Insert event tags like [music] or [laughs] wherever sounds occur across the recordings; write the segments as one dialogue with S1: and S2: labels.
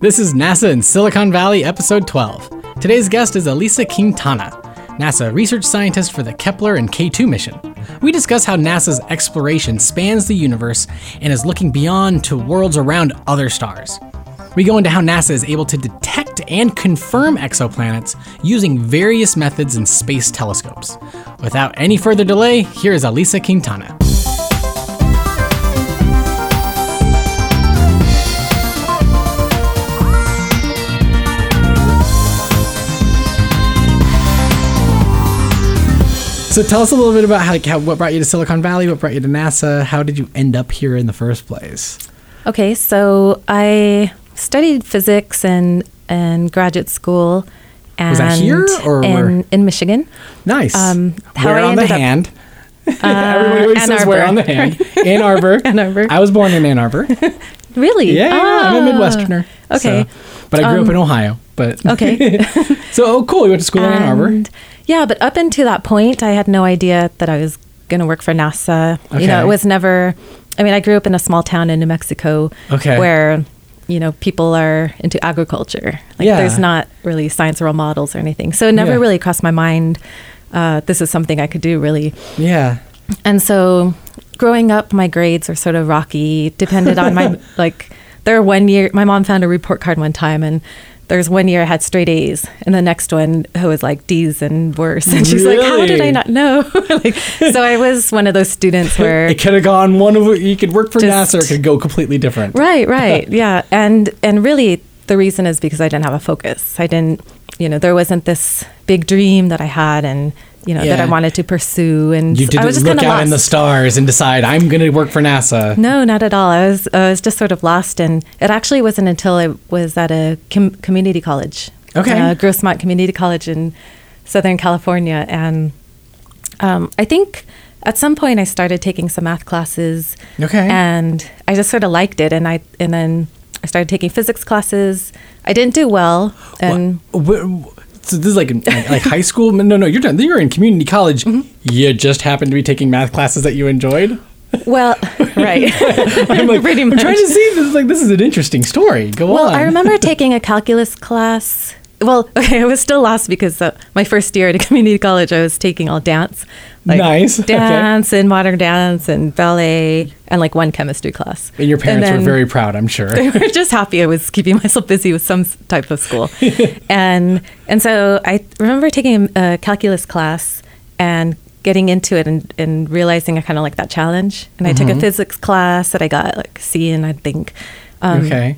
S1: This is NASA in Silicon Valley, episode 12. Today's guest is Elisa Quintana, NASA research scientist for the Kepler and K2 mission. We discuss how NASA's exploration spans the universe and is looking beyond to worlds around other stars. We go into how NASA is able to detect and confirm exoplanets using various methods and space telescopes. Without any further delay, here is Elisa Quintana. So tell us a little bit about how, like, how, what brought you to Silicon Valley, what brought you to NASA, how did you end up here in the first place?
S2: Okay, so I studied physics in, in graduate school. And
S1: Was that here or where?
S2: in, in Michigan?
S1: Nice.
S2: Um, how
S1: where
S2: I
S1: on the
S2: ended up-
S1: hand. [laughs]
S2: [laughs] uh,
S1: Everybody always
S2: Ann
S1: says where
S2: Arbor.
S1: on the hand. Ann Arbor.
S2: [laughs] Ann Arbor.
S1: I was born in Ann
S2: [laughs]
S1: Arbor.
S2: Really?
S1: Yeah, I'm a
S2: Ah,
S1: Midwesterner.
S2: Okay. Um,
S1: so- but I grew up in Ohio. But
S2: Okay.
S1: [laughs]
S2: Um,
S1: so oh, cool. You went to school in Ann Arbor.
S2: And- yeah, but up until that point, I had no idea that I was going to work for NASA. You know,
S1: Okay.
S2: it was never. I mean, I grew up in a small town in New Mexico,
S1: Okay.
S2: where you know people are into agriculture. Like,
S1: Yeah.
S2: there's not really science role models or anything, so it never
S1: Yeah.
S2: really crossed my mind. Uh, this is something I could do really.
S1: Yeah.
S2: And so, growing up, my grades were sort of rocky. Depended
S1: [laughs]
S2: on my like. There were one year, my mom found a report card one time, and there's one year I had straight A's, and the next one I was like D's and worse. And she's like, "How did
S1: Really?
S2: I not know?" [laughs] like, so I was one of those
S1: [laughs]
S2: students where
S1: It could have gone one of you could work for
S2: er, Just-
S1: NASA. Or it could go completely different.
S2: Right, right. yeah. And and really the reason is because I didn't have a focus. I didn't, you know, there wasn't this big dream that I had and, you know, that
S1: Yeah.
S2: I wanted to pursue and
S1: You
S2: so I was
S1: didn't
S2: just
S1: look
S2: kinda
S1: out in the
S2: lost.
S1: stars and decide I'm going to work for NASA.
S2: No, not at all. I was I was just sort of lost and it actually wasn't until I was at a com- community college.
S1: Okay.
S2: Uh, Grossmont Community College in Southern California and um, I think at some point I started taking some math classes.
S1: Okay.
S2: And I just sort of liked it, and I and then I started taking physics classes. I didn't do well, and
S1: Wh- wh- so this is like like, like high school. [laughs] No, no, you're done. You're in community college.
S2: Mm-hmm.
S1: You just happened to be taking math classes that you enjoyed.
S2: well, [laughs] right.
S1: I'm like,
S2: [laughs] Pretty
S1: I'm trying
S2: much.
S1: to see this. Like, this is an interesting story. Go
S2: Well,
S1: on. [laughs]
S2: I remember taking a calculus class. Well, [laughs] okay, I was still lost because uh, my first year at a [laughs] community college, I was taking all dance,
S1: Nice, [laughs] okay.
S2: dance and modern dance and ballet, and like one chemistry class.
S1: And your parents were
S2: then-
S1: very proud, I'm sure.
S2: [laughs] they were just happy I was keeping [laughs] myself busy with some s- type of
S1: [laughs]
S2: school. and and so I remember taking a calculus class and getting into it and, and realizing I kind of like that challenge. And I
S1: Mm-hmm.
S2: took a physics class that I got like C in, I think. Um,
S1: okay.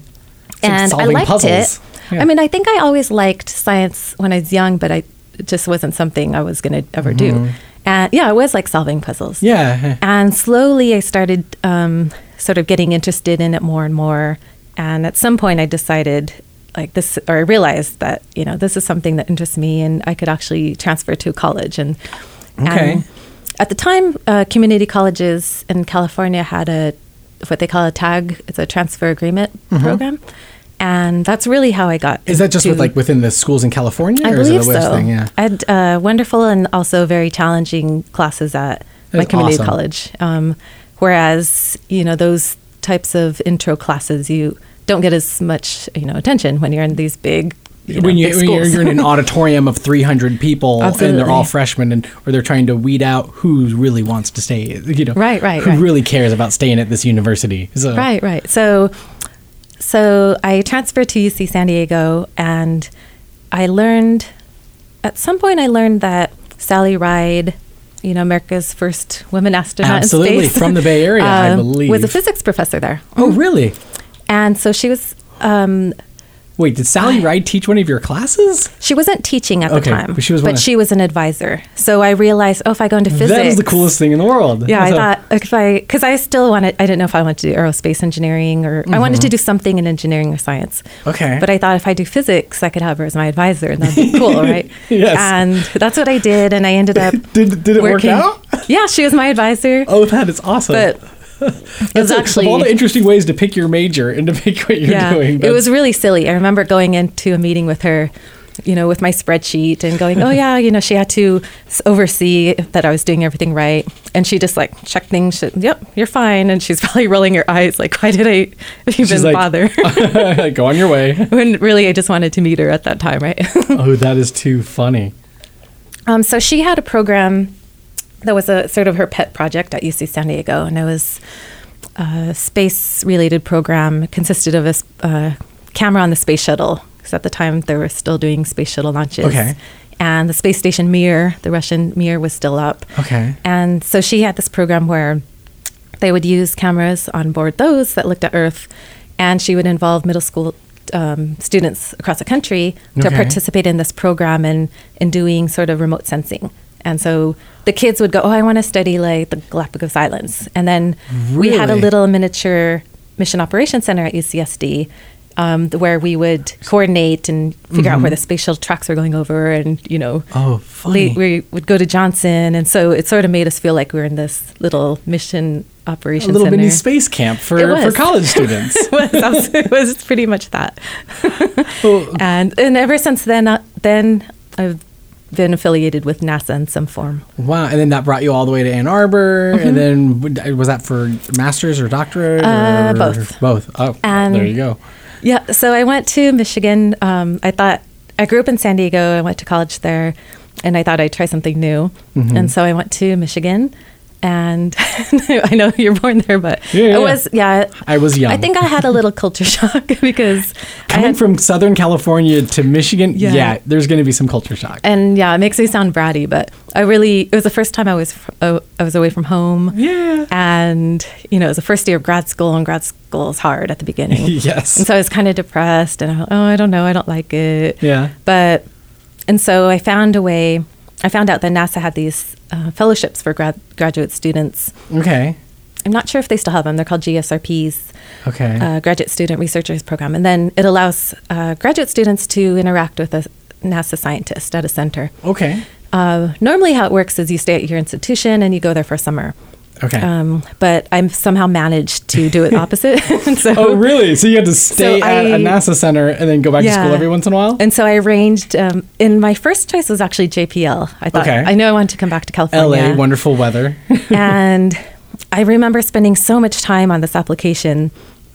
S1: It's like
S2: And I
S1: solving
S2: liked
S1: puzzles.
S2: it.
S1: Yeah.
S2: I mean, I think I always liked science when I was young, but I it just wasn't something I was going to ever do. And yeah, it was like solving puzzles.
S1: Mm-hmm. yeah.
S2: And slowly I started um, sort of getting interested in it more and more. And at some point I decided, like this, or I realized that, you know, this is something that interests me and I could actually transfer to college. And,
S1: Okay.
S2: and at the time, uh, community colleges in California had a, what they call a TAG, it's a transfer agreement program. And that's really how I got.
S1: Mm-hmm. Is that just with
S2: into-
S1: like within the schools in California,
S2: I
S1: or is it
S2: believe
S1: a West
S2: so.
S1: thing? Yeah.
S2: I had uh, wonderful and also very challenging classes at my
S1: That's
S2: community
S1: awesome.
S2: college. Um, whereas, you know, those types of intro classes, you don't get as much, you know, attention when you're in these big, you know,
S1: when, you,
S2: big
S1: when you're,
S2: schools.
S1: you're
S2: [laughs]
S1: in an auditorium of 300 people and they're all
S2: Absolutely.
S1: freshmen and or they're trying to weed out who really wants to stay you know
S2: Right, right,
S1: who
S2: right.
S1: really cares about staying at this university so
S2: Right, right. So, so I transferred to UC San Diego, and I learned at some point I learned that Sally Ride, you know, America's first woman astronaut,
S1: Absolutely,
S2: in space, um,
S1: from the Bay Area, I
S2: was a
S1: believe.
S2: physics professor there,
S1: oh really
S2: and so she was. Um,
S1: wait did sally ride teach one of your classes
S2: she wasn't teaching at
S1: Okay,
S2: the time,
S1: but she was one
S2: but
S1: of-
S2: she was an advisor. So I realized, oh, if I go into physics,
S1: that is the coolest thing in the world
S2: Yeah, I
S1: So-
S2: thought like, if I because I still wanted I didn't know if I wanted to do aerospace engineering or I wanted to do something in engineering or science.
S1: Mm-hmm. Okay.
S2: But I thought if I do physics, I could have her as my advisor, and that'd be
S1: [laughs]
S2: cool, right?
S1: Yes.
S2: And that's what I did, and I ended up
S1: [laughs] Did- did it work
S2: working-
S1: out?
S2: Yeah, she was my advisor,
S1: oh that is awesome
S2: but it was
S1: That's it.
S2: actually
S1: of all the interesting ways [laughs] to pick your major and to pick what you're
S2: yeah,
S1: doing
S2: it
S1: that's-
S2: was really silly. I remember going into a meeting with her, you know, with my spreadsheet and
S1: [laughs]
S2: going, oh yeah, you know, she had to s- oversee that I was doing everything right, and she just like checked things. She, yep, you're fine, and she's [laughs] probably rolling her eyes like, why did I [laughs] even
S1: She's like-
S2: bother? [laughs]
S1: like, [laughs] go on your way.
S2: when really I just wanted to meet her at that time, right? [laughs]
S1: Oh, that is too funny.
S2: Um, so she had a program that was a sort of her pet project at UC San Diego, and it was a space-related program. It consisted of a s- uh, camera on the space shuttle, because at the time they were still doing space shuttle launches.
S1: Okay.
S2: And the space station Mir, the Russian Mir, was still up.
S1: Okay.
S2: And so she had this program where they would use cameras on board those that looked at Earth, and she would involve middle school um, students across the country to
S1: Okay.
S2: participate in this program and in doing sort of remote sensing. And so the kids would go, "Oh, I want to study like the Galapagos Islands," and then we had a
S1: Really?
S2: little miniature mission operations center at UCSD. Um, th- where we would coordinate and figure out where the space shuttle tracks were going over, and you know,
S1: Mm-hmm. Oh, funny.
S2: late we would go to Johnson, and so it sort of made us feel like we were in this little mission
S1: a
S2: operation
S1: little
S2: center.
S1: mini space camp for,
S2: It was.
S1: for
S2: [laughs]
S1: college students.
S2: it, was, that was- it was pretty much that,
S1: Oh,
S2: [laughs] and and ever since then, uh, then I've been affiliated with NASA in some form.
S1: wow. And then that brought you all the way to Ann Arbor. And then w- was that for master's or doctorate?
S2: Uh,
S1: or
S2: both.
S1: Both. Oh,
S2: And-
S1: there you go.
S2: Yeah, so I went to Michigan. Um, I thought I grew up in San Diego. I went to college there, and I thought I'd try something new.
S1: Mm-hmm.
S2: And so I went to Michigan, and [laughs] I know you're born there, but
S1: Yeah, yeah,
S2: it was yeah.
S1: I was young.
S2: I think I had a little culture [laughs] shock because I
S1: Coming
S2: had,
S1: from Southern California to Michigan, yeah,
S2: Yeah.
S1: there's going to be some culture shock.
S2: and yeah, it makes me sound bratty, but I really it was the first time I was fr- uh, I was away from home.
S1: Yeah.
S2: and you know it was the first year of grad school, and grad school is hard at the
S1: [laughs]
S2: beginning.
S1: Yes.
S2: and so I was kind of depressed, and I, thought, oh, I don't know, I don't like it.
S1: Yeah.
S2: but and so I found a way. I found out that NASA had these uh, fellowships for grad, graduate students.
S1: Okay.
S2: I'm not sure if they still have them. They're called GSRPs.
S1: Okay.
S2: uh, graduate student researchers program, and then it allows uh, graduate students to interact with a NASA scientist at a center.
S1: okay.
S2: Uh, normally, how it works is you stay at your institution and you go there for summer.
S1: Okay.
S2: Um, but I'm somehow managed to
S1: [laughs]
S2: do it opposite. [laughs] And so,
S1: oh, really? So you had to stay at a
S2: I-
S1: NASA center and then go back to school every once in a while?
S2: And so I arranged, um, and my first choice was actually JPL. I thought,
S1: Okay.
S2: I know I wanted to come back to
S1: LA, [laughs]
S2: California.
S1: wonderful weather.
S2: [laughs] and I remember spending so much time on this application.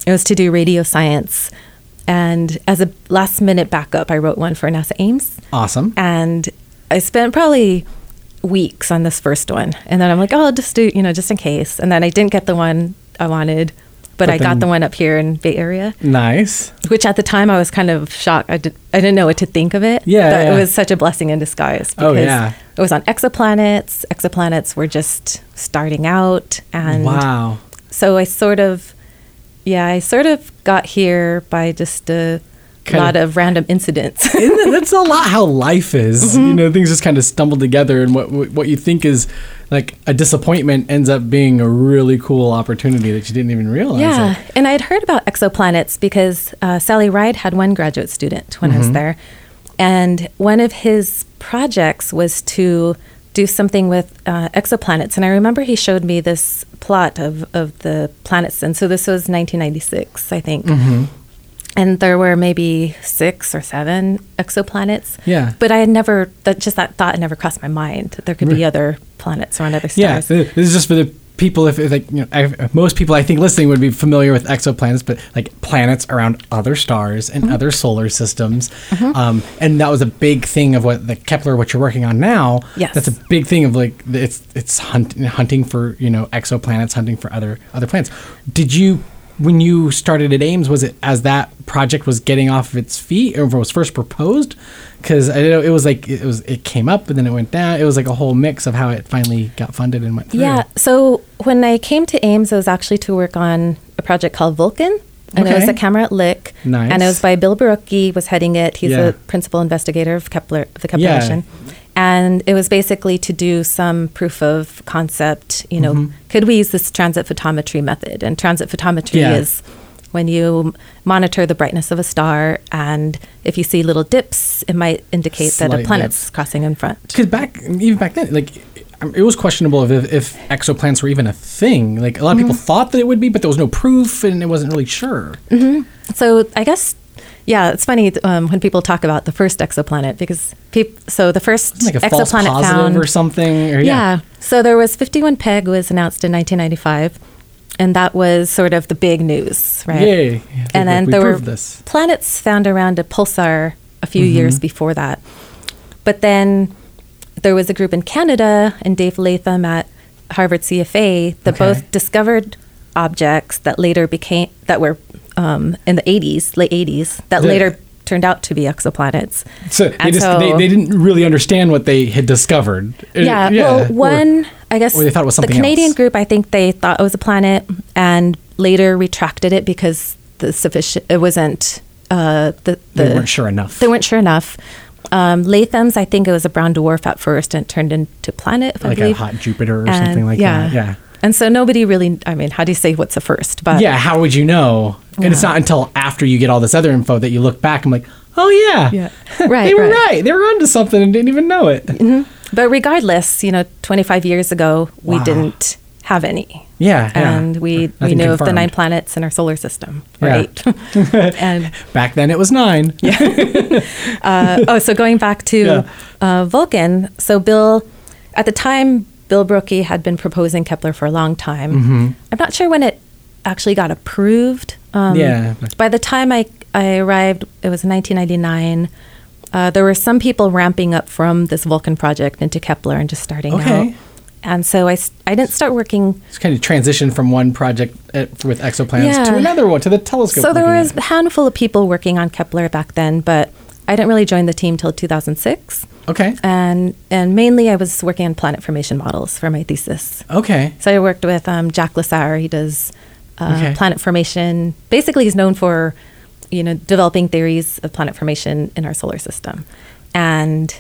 S2: It was to do radio science. And as a last minute backup, I wrote one for NASA Ames.
S1: awesome.
S2: And I spent probably weeks on this first one. And then I'm like, oh, I'll just do, you know, just in case. And then I didn't get the one I wanted, but,
S1: But
S2: I
S1: then-
S2: got the one up here in Bay Area,
S1: Nice.
S2: which at the time I was kind of shocked. I, did, I didn't know what to think of it.
S1: Yeah,
S2: That
S1: yeah.
S2: It was such a blessing in disguise.
S1: Oh, yeah.
S2: It was on exoplanets. Exoplanets were just starting out. And
S1: wow.
S2: so I sort of, yeah, I sort of got here by just a
S1: Kinda-
S2: lot of random incidents. [laughs]
S1: Isn't that- that's a lot how life is.
S2: Mm-hmm.
S1: You know, things just kind of stumble together, and what what you think is like a disappointment ends up being a really cool opportunity that you didn't even realize.
S2: Yeah,
S1: Like,
S2: and I had heard about exoplanets because uh, Sally Ride had one graduate student when I
S1: Mm-hmm.
S2: was there, and one of his projects was to do something with uh, exoplanets. And I remember he showed me this plot of of the planets, and so this was 1996, I think.
S1: Mm-hmm.
S2: And there were maybe six or seven exoplanets.
S1: Yeah.
S2: But I had never, that just that thought had never crossed my mind that there could be other planets around other
S1: Yeah,
S2: stars.
S1: th- this is just for the people. If, if like you know, I, most people I think listening would be familiar with exoplanets, but like planets around other stars
S2: Mm-hmm.
S1: and other solar systems, um, and that was a big thing of what the Kepler, what you're working on now.
S2: Yes.
S1: that's a big thing of like the- it's it's hunt, hunting for you know exoplanets, hunting for other other planets. Did you? When you started at Ames, was it as that project was getting off of its feet, or was first proposed? Because I know it was like it was it came up and then it went down. It was like a whole mix of how it finally got funded and went through.
S2: Yeah. So when I came to Ames, it was actually to work on a project called Vulcan, and it was
S1: Okay.
S2: a camera at Lick,
S1: Nice.
S2: and it was by Bill Barocki was heading it. He's
S1: Yeah.
S2: a principal investigator of Kepler, of the Kepler
S1: Yeah.
S2: mission, and it was basically to do some proof of concept. You know,
S1: Mm-hmm.
S2: could we use this transit photometry method? And transit photometry
S1: Yeah.
S2: is when you monitor the brightness of a star, and if you see little dips, it might indicate that
S1: Slight
S2: a planet's crossing in front.
S1: because back even back then, like um, it was questionable if, if, if exoplanets were even a thing. Like a
S2: Mm-hmm.
S1: lot of people thought that it would be, but there was no proof, and it wasn't really sure.
S2: So I guess Yeah, it's funny um, when people talk about the first exoplanet because peop- so the first
S1: Like a false
S2: exoplanet
S1: positive
S2: found
S1: or something. Or,
S2: yeah. So there was 51 Peg was announced in 1995, and that was sort of the big news, right?
S1: Yay. I think
S2: And then
S1: we- we
S2: there were
S1: proved this. Mm-hmm.
S2: planets found around a pulsar a few years before that. But then there was a group in Canada and Dave Latham at Harvard CFA that
S1: Okay.
S2: both discovered objects that later became that were um, in the 80s, late 80s, that
S1: The-
S2: later turned out to be exoplanets.
S1: So they
S2: And
S1: just they,
S2: so-
S1: they didn't really understand what they had discovered. Uh,
S2: yeah,
S1: or-
S2: well one i guess
S1: or they thought it was something
S2: the canadian
S1: else.
S2: group i think they thought it was a planet and later retracted it because the sufficient it wasn't uh, the, the
S1: they weren't sure enough.
S2: they weren't sure enough um, latham's i think it was a brown dwarf at first and it turned into planet if I
S1: like a
S2: believe.
S1: hot Jupiter or
S2: And-
S1: something like that. Yeah.
S2: and so nobody really i mean how do you say what's the first but
S1: Yeah, how would you know? And it's not until after you get all this other info that you look back and like, oh yeah,
S2: Yeah.
S1: [laughs] they
S2: Right,
S1: were
S2: right.
S1: right. They were onto something and didn't even know it.
S2: but regardless you know 25 years ago we
S1: Wow.
S2: didn't have any
S1: Yeah, yeah.
S2: and we we
S1: Nothing
S2: knew of the
S1: confirmed.
S2: nine planets in our solar system
S1: Yeah.
S2: right
S1: [laughs]
S2: and
S1: Back then it was nine. Yeah,
S2: uh, oh, so going back to
S1: Yeah.
S2: uh, Vulcan, so Bill, at the time, Bill Brookie had been proposing Kepler for a long time.
S1: Mm-hmm.
S2: I'm not sure when it actually got approved. Um,
S1: Yeah.
S2: By the time I, I arrived, it was 1999. Uh, there were some people ramping up from this Vulcan project into Kepler and just starting
S1: Okay.
S2: out. And so I, s- I didn't start working.
S1: it's kind of transition from one project uh, with exoplanets to
S2: Yeah.
S1: another one to the telescope.
S2: So there
S1: looking
S2: was
S1: at
S2: a handful of people working on Kepler back then, but I didn't really join the team till 2006.
S1: it. okay,
S2: and and mainly I was working on planet formation models for my thesis.
S1: okay,
S2: So I worked with um, Jack Lasar. He does uh,
S1: Okay.
S2: planet formation. Basically, he's known for you know developing theories of planet formation in our solar system. And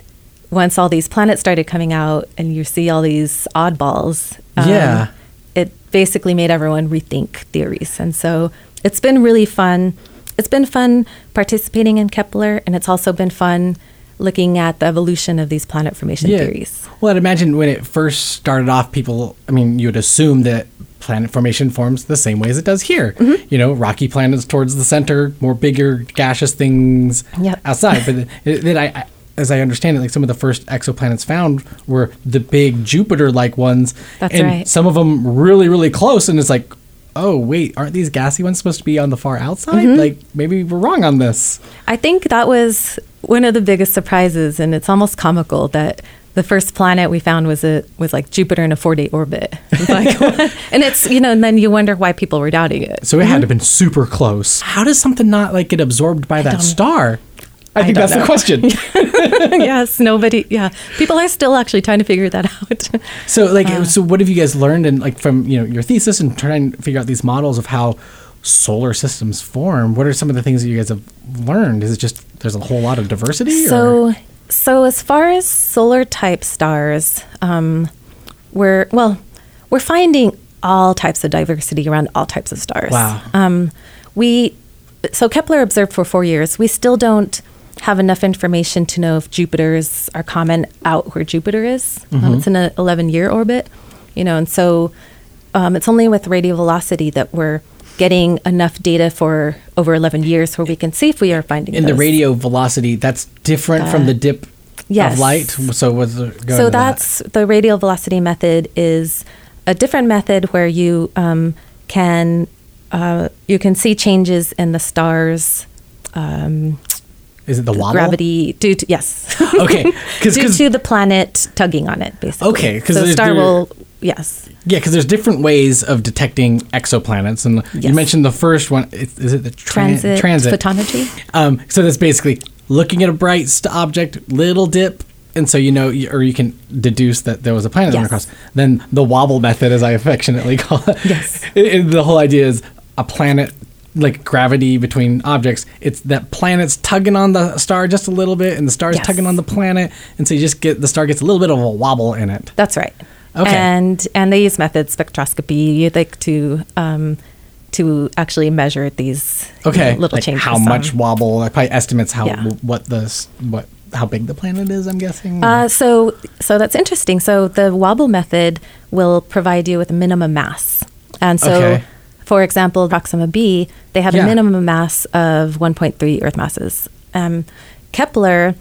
S2: once all these planets started coming out, and you see all these oddballs, um,
S1: Yeah.
S2: it basically made everyone rethink theories. And so it's been really fun. It's been fun participating in Kepler, and it's also been fun looking at the evolution of these planet formation theories.
S1: Well, I'd imagine when it first started off, people, I mean, you would assume that planet formation forms the same way as it does here.
S2: Mm-hmm.
S1: You know, rocky planets towards the center, more bigger, gaseous things
S2: Yep.
S1: outside. But then- then I, I, as I understand it, like some of the first exoplanets found were the big Jupiter like ones.
S2: That's
S1: and
S2: right.
S1: Some of them really, really close. And it's like, oh, wait, aren't these gassy ones supposed to be on the far outside?
S2: Mm-hmm.
S1: Like, maybe we're wrong on this.
S2: I think that was one of the biggest surprises, and it's almost comical that the first planet we found was a was like Jupiter in a four day orbit. [laughs] It's Like, and it's you know, and then you wonder why people were doubting it.
S1: [laughs]
S2: [laughs]
S1: So it had to have been super close. Mm-hmm. How does something not like get absorbed by that
S2: don't-
S1: star? I, think
S2: don't
S1: that's the
S2: know.
S1: question. [laughs]
S2: yes, nobody. Yeah, people are still actually trying to figure that out. [laughs]
S1: so like so what have you guys learned and like from you know your thesis and trying to figure out these models of how solar systems form? What are some of the things that you guys have learned? Is it just there's a whole lot of diversity? or?
S2: So, so as far as solar type stars, um, we're well, we're finding all types of diversity around all types of stars.
S1: Wow.
S2: Um, we so Kepler observed for four years. We still don't have enough information to know if Jupiters are common out where Jupiter is. Um,
S1: Mm-hmm.
S2: it's in an 11 year orbit, you know, and so um, it's only with radial velocity that we're getting enough data for over 11 years where we can see if we are finding
S1: in the
S2: those.
S1: radio velocity, that's different from the dip
S2: yes.
S1: of light. So was there, go
S2: so
S1: into that.
S2: that's the radial velocity method is a different method where you um, can uh, you can see changes in the star's
S1: is it the wobble?
S2: gravity due to yes [laughs]
S1: Okay, 'cause-
S2: due
S1: 'cause-
S2: to the planet tugging on it basically
S1: Okay, 'cause
S2: so
S1: there-
S2: the star
S1: there-
S2: will yes
S1: Yeah, because there's different ways of detecting exoplanets, and you
S2: Yes.
S1: mentioned the first one. Is, is it the tran-
S2: transit,
S1: Transit
S2: photometry
S1: Um, so that's basically looking at a bright st- object, little dip, and so you know, you- or you can deduce that there was a planet that went
S2: Yes.
S1: across. Then the wobble method, as I affectionately [laughs] call it.
S2: Yes.
S1: It- it- the whole idea is a planet, like gravity between objects. It's that planet's tugging on the star just a little bit, and the star's
S2: Yes.
S1: tugging on the planet, and so you just get the star gets a little bit of a wobble in it.
S2: that's right
S1: Okay.
S2: and and they use methods spectroscopy like to um, to actually measure these you
S1: Okay,
S2: know, little
S1: like
S2: changes um,
S1: How
S2: on-
S1: much wobble? Like probably estimates how
S2: Yeah.
S1: what the s- what how big the planet is. I'm guessing.
S2: Uh, so, so that's interesting. So the wobble method will provide you with a minimum mass, and so
S1: Okay.
S2: for example, Proxima b, they had
S1: Yeah.
S2: a minimum mass of 1.3 Earth masses. Um, Kepler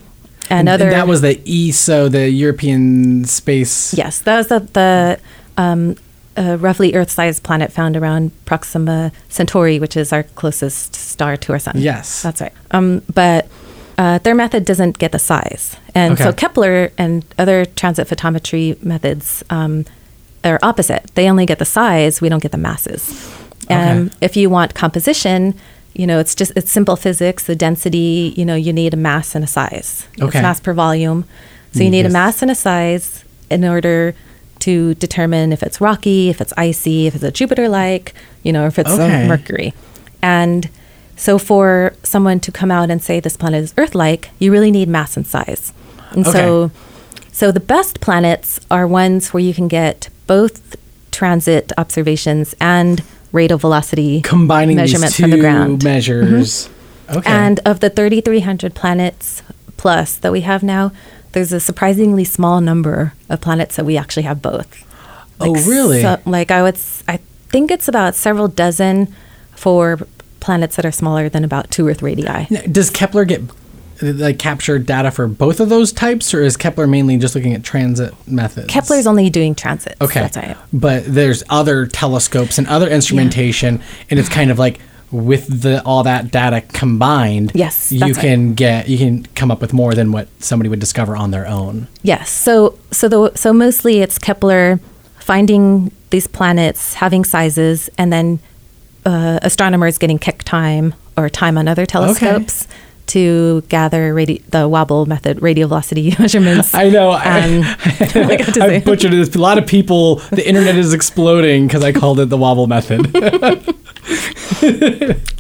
S2: and
S1: And
S2: other
S1: that was the ESO, the European Space.
S2: yes, that was the, the um, uh, roughly Earth-sized planet found around Proxima Centauri, which is our closest star to our sun.
S1: Yes.
S2: that's right. Um, but uh, their method doesn't get the size, and so
S1: Okay.
S2: Kepler and other transit photometry methods um, are opposite. They only get the size; we don't get the masses. Um,
S1: Okay.
S2: If you want composition, you know, it's just it's simple physics. The density, you know, you need a mass and a size.
S1: Okay.
S2: It's mass per volume. So you need
S1: Yes.
S2: a mass and a size in order to determine if it's rocky, if it's icy, if it's a Jupiter like, you know, if it's a
S1: Okay.
S2: Mercury. And so for someone to come out and say this planet is Earth like, you really need mass and size. And so
S1: Okay.
S2: so the best planets are ones where you can get both transit observations and rate of velocity
S1: Combining
S2: measurements
S1: these two
S2: from the ground. Mm-hmm.
S1: measures. Okay.
S2: And of the 3,300 planets plus that we have now, there's a surprisingly small number of planets that we actually have both.
S1: Oh, really?
S2: so- like I would, s- I think it's about several dozen for planets that are smaller than about two Earth radii.
S1: Now, Does Kepler get like capture data for both of those types, or is Kepler mainly just looking at transit methods?
S2: Kepler's only doing transits.
S1: okay,
S2: That's right.
S1: but there's other telescopes and other instrumentation, and it's kind of like with the all that data combined,
S2: Yes,
S1: you
S2: that's right.
S1: can get you can come up with more than what somebody would discover on their own.
S2: Yes. So so the so mostly it's Kepler finding these planets having sizes, and then uh, astronomers getting kick time or time on other telescopes to gather radi- the wobble method radio velocity [laughs]
S1: [laughs]
S2: measurements.
S1: I know.
S2: Um, [laughs] I got to
S1: I
S2: say.
S1: butchered this. A lot of people, the internet is exploding because I called it the wobble method. [laughs]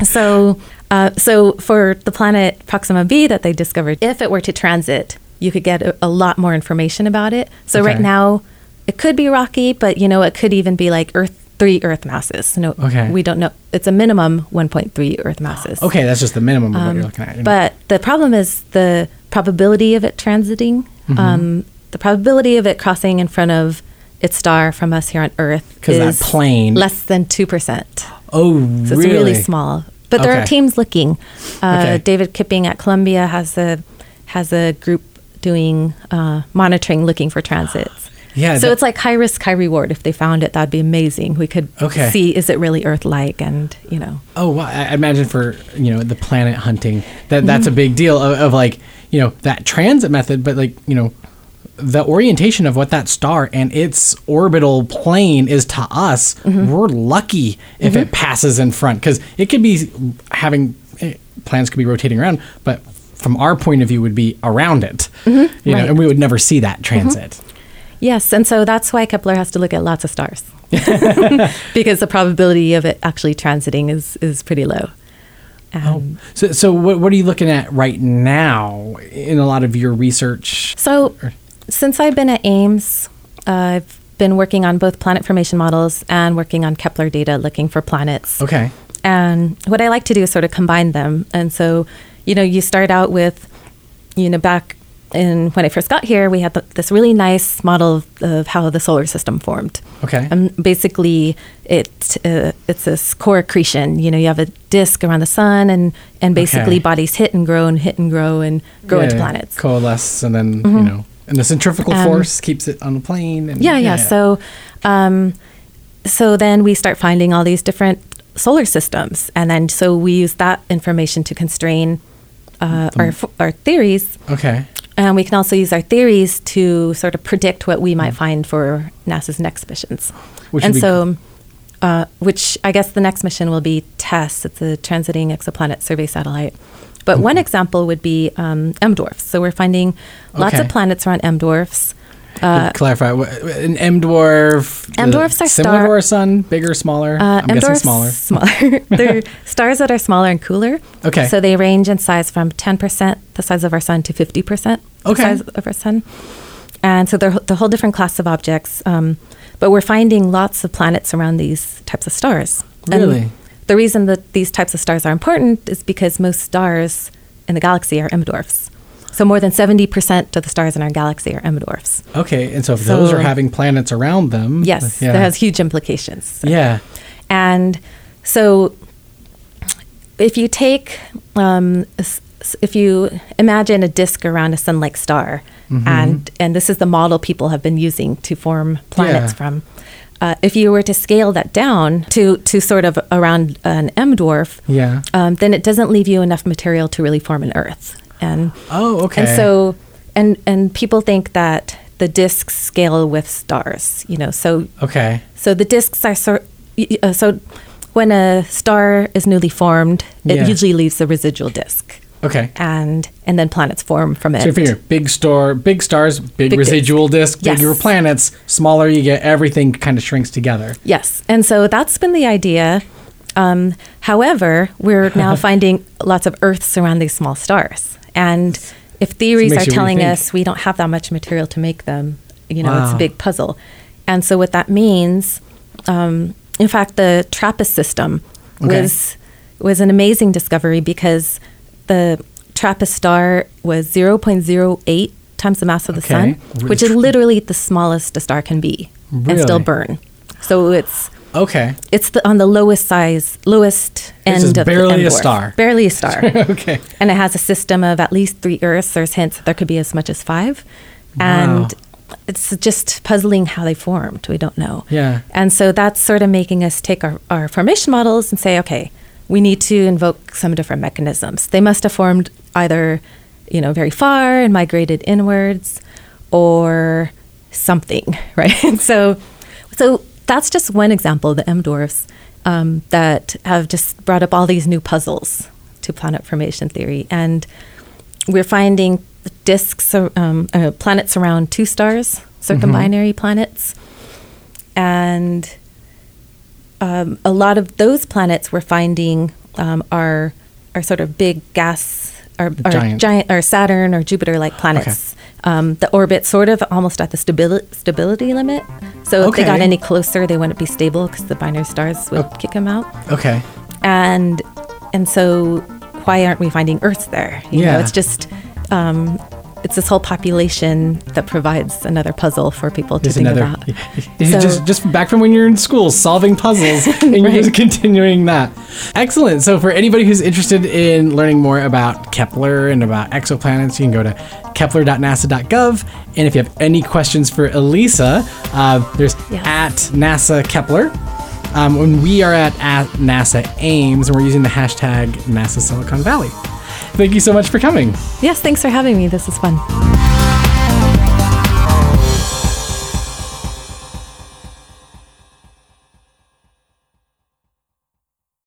S2: So, uh, so for the planet Proxima b that they discovered, if it were to transit, you could get a, a lot more information about it. So
S1: Okay.
S2: right now, it could be rocky, but you know it could even be like Earth three Earth masses. No,
S1: Okay.
S2: we don't know. It's a minimum 1.3 Earth masses.
S1: okay, that's just the minimum of what you're looking at.
S2: Um, But the problem is the probability of it transiting,
S1: Mm-hmm.
S2: um, the probability of it crossing in front of its star from us here on Earth
S1: 'Cause that
S2: is
S1: plane-
S2: less than two percent.
S1: oh,
S2: So
S1: really?
S2: it's really small. But there
S1: Okay.
S2: are teams looking. Uh,
S1: Okay.
S2: David Kipping at Columbia has a has a group doing uh, monitoring, looking for transits.
S1: [gasps] Yeah,
S2: So
S1: that-
S2: it's like high risk, high reward. If they found it, that'd be amazing. We could
S1: Okay.
S2: see is it really Earth like, and you know.
S1: Oh, wow. I I imagine for, you know, the planet hunting, that that's a big deal of, of like, you know, that transit method, but like, you know, the orientation of what that star and its orbital plane is to us, we're lucky if it passes in front because it could be having eh, planets could be rotating around, but from our point of view, would be around it, you know,
S2: right.
S1: and we would never see that transit.
S2: Yes, and so that's why Kepler has to look at lots of
S1: [laughs]
S2: stars [laughs] because the probability of it actually transiting is is pretty low. Um,
S1: So, so what, what are you looking at right now in a lot of your research?
S2: So since I've been at Ames, uh, I've been working on both planet formation models and working on Kepler data looking for planets.
S1: Okay.
S2: And what I like to do is sort of combine them. And so, you know, you start out with, you know, back in when I first got here, we had th this really nice model of, of how the solar system formed.
S1: Okay.
S2: Um, basically, it uh, it's this core accretion. You know, you have a disk around the sun, and and basically
S1: Okay.
S2: bodies hit and grow and hit and grow and grow into planets. Mm-hmm.
S1: Coalesce and then, you know, and the centrifugal
S2: Um,
S1: force keeps it on a plane. And,
S2: yeah, yeah. So, um, so then we start finding all these different solar systems, and then so we use that information to constrain uh,
S1: Mm-hmm.
S2: our f- our theories,
S1: Okay.
S2: and we can also use our theories to sort of predict what we might find for NASA's next missions.
S1: Mm-hmm. Which
S2: and
S1: would be
S2: so, uh, which I guess the next mission will be TESS. It's a transiting exoplanet survey satellite. But
S1: Mm-hmm.
S2: one example would be um, M dwarfs. So we're finding lots
S1: Okay.
S2: of planets around M dwarfs.
S1: Uh, clarify what- an M dwarf.
S2: M
S1: uh,
S2: dwarfs are
S1: similar to
S2: star-
S1: our sun, bigger, smaller.
S2: Uh,
S1: I'm guessing
S2: dwarfs-
S1: smaller. [laughs]
S2: Smaller. [laughs] They're stars that are smaller and cooler.
S1: Okay.
S2: So they range in size from 10%, the size of our sun, to 50%, the
S1: Okay.
S2: size of our sun. And so they're the whole different class of objects. Um, but we're finding lots of planets around these types of stars. And
S1: Really?
S2: the reason that these types of stars are important is because most stars in the galaxy are M dwarfs. So more than 70% of the stars in our galaxy are M dwarfs.
S1: Okay. And so if those
S2: So-
S1: are having planets around them.
S2: Yes,
S1: Yeah.
S2: that has huge implications.
S1: yeah.
S2: And So if you take, um, s- s- if you imagine a disk around a sun-like star,
S1: Mm-hmm.
S2: and and this is the model people have been using to form planets
S1: Yeah.
S2: from. Uh, if you were to scale that down to to sort of around an M dwarf,
S1: Yeah.
S2: um, then it doesn't leave you enough material to really form an Earth. And
S1: Oh, okay.
S2: and so and and people think that the disks scale with stars. You know, so
S1: okay.
S2: so the disks are sor- y- y- uh, so when a star is newly formed, it
S1: Yeah.
S2: usually leaves a residual disk,
S1: Okay.
S2: and and then planets form from it.
S1: So if you're big star, big stars, big,
S2: Big
S1: residual disk,
S2: Yes.
S1: bigger planets, smaller you get, everything kind of shrinks together.
S2: Yes, and so that's been the idea. Um, however,
S1: [laughs]
S2: we're now finding lots of Earths around these small stars, and if theories
S1: makes
S2: are
S1: you
S2: telling
S1: rethink.
S2: us we don't have that much material to make them, you know, it's
S1: Wow.
S2: a big puzzle. And so what that means, um, in fact, the TRAPPIST system
S1: Okay.
S2: was was an amazing discovery because the TRAPPIST star was 0.08 times the mass of the
S1: Okay.
S2: sun, which is
S1: Really?
S2: literally the smallest a star can be and still
S1: Really?
S2: burn. So it's
S1: Okay.
S2: it's the, on the lowest size, lowest end
S1: is
S2: of the
S1: barely a
S2: M dwarf.
S1: star.
S2: Barely a star.
S1: [laughs] Okay.
S2: and it has a system of at least three Earths. There's hints that there could be as much as five.
S1: Wow.
S2: And it's just puzzling how they formed. We don't know.
S1: Yeah.
S2: And so that's sort of making us take our, our formation models and say, okay, we need to invoke some different mechanisms. They must have formed either, you know, very far and migrated inwards or something, [laughs] right? so so that's just one example, the M dwarfs, um, that have just brought up all these new puzzles to planet formation theory. And we're finding disks, ar- um, uh, planets around two stars, circumbinary planets. And um, a lot of those planets we're finding um, are, are sort of big gas, are, are
S1: Giant.
S2: giant. or Saturn or Jupiter like planets. Um, the orbit sort of almost at the stabili- stability limit. So if they got
S1: Okay.
S2: any closer, they wouldn't be stable because the binary stars would
S1: Oh.
S2: kick them out
S1: Okay.
S2: and and so why aren't we finding Earth there? You
S1: Yeah.
S2: know, it's just um, it's this whole population that provides another puzzle for people to
S1: There's
S2: think
S1: another.
S2: about.
S1: [laughs] It's
S2: So-
S1: just just back from when you're in school solving
S2: [laughs]
S1: puzzles, and you're just continuing that. Excellent. So for anybody who's interested in learning more about Kepler and about exoplanets, you can go to kepler.nasa.gov. And if you have any questions for Elisa, uh, there's
S2: Yes.
S1: at NASA Kepler. Um, and we are at, at NASA Ames, and we're using the hashtag NASA Silicon Valley. Thank you so much for coming.
S2: Yes, thanks for having me. This is fun.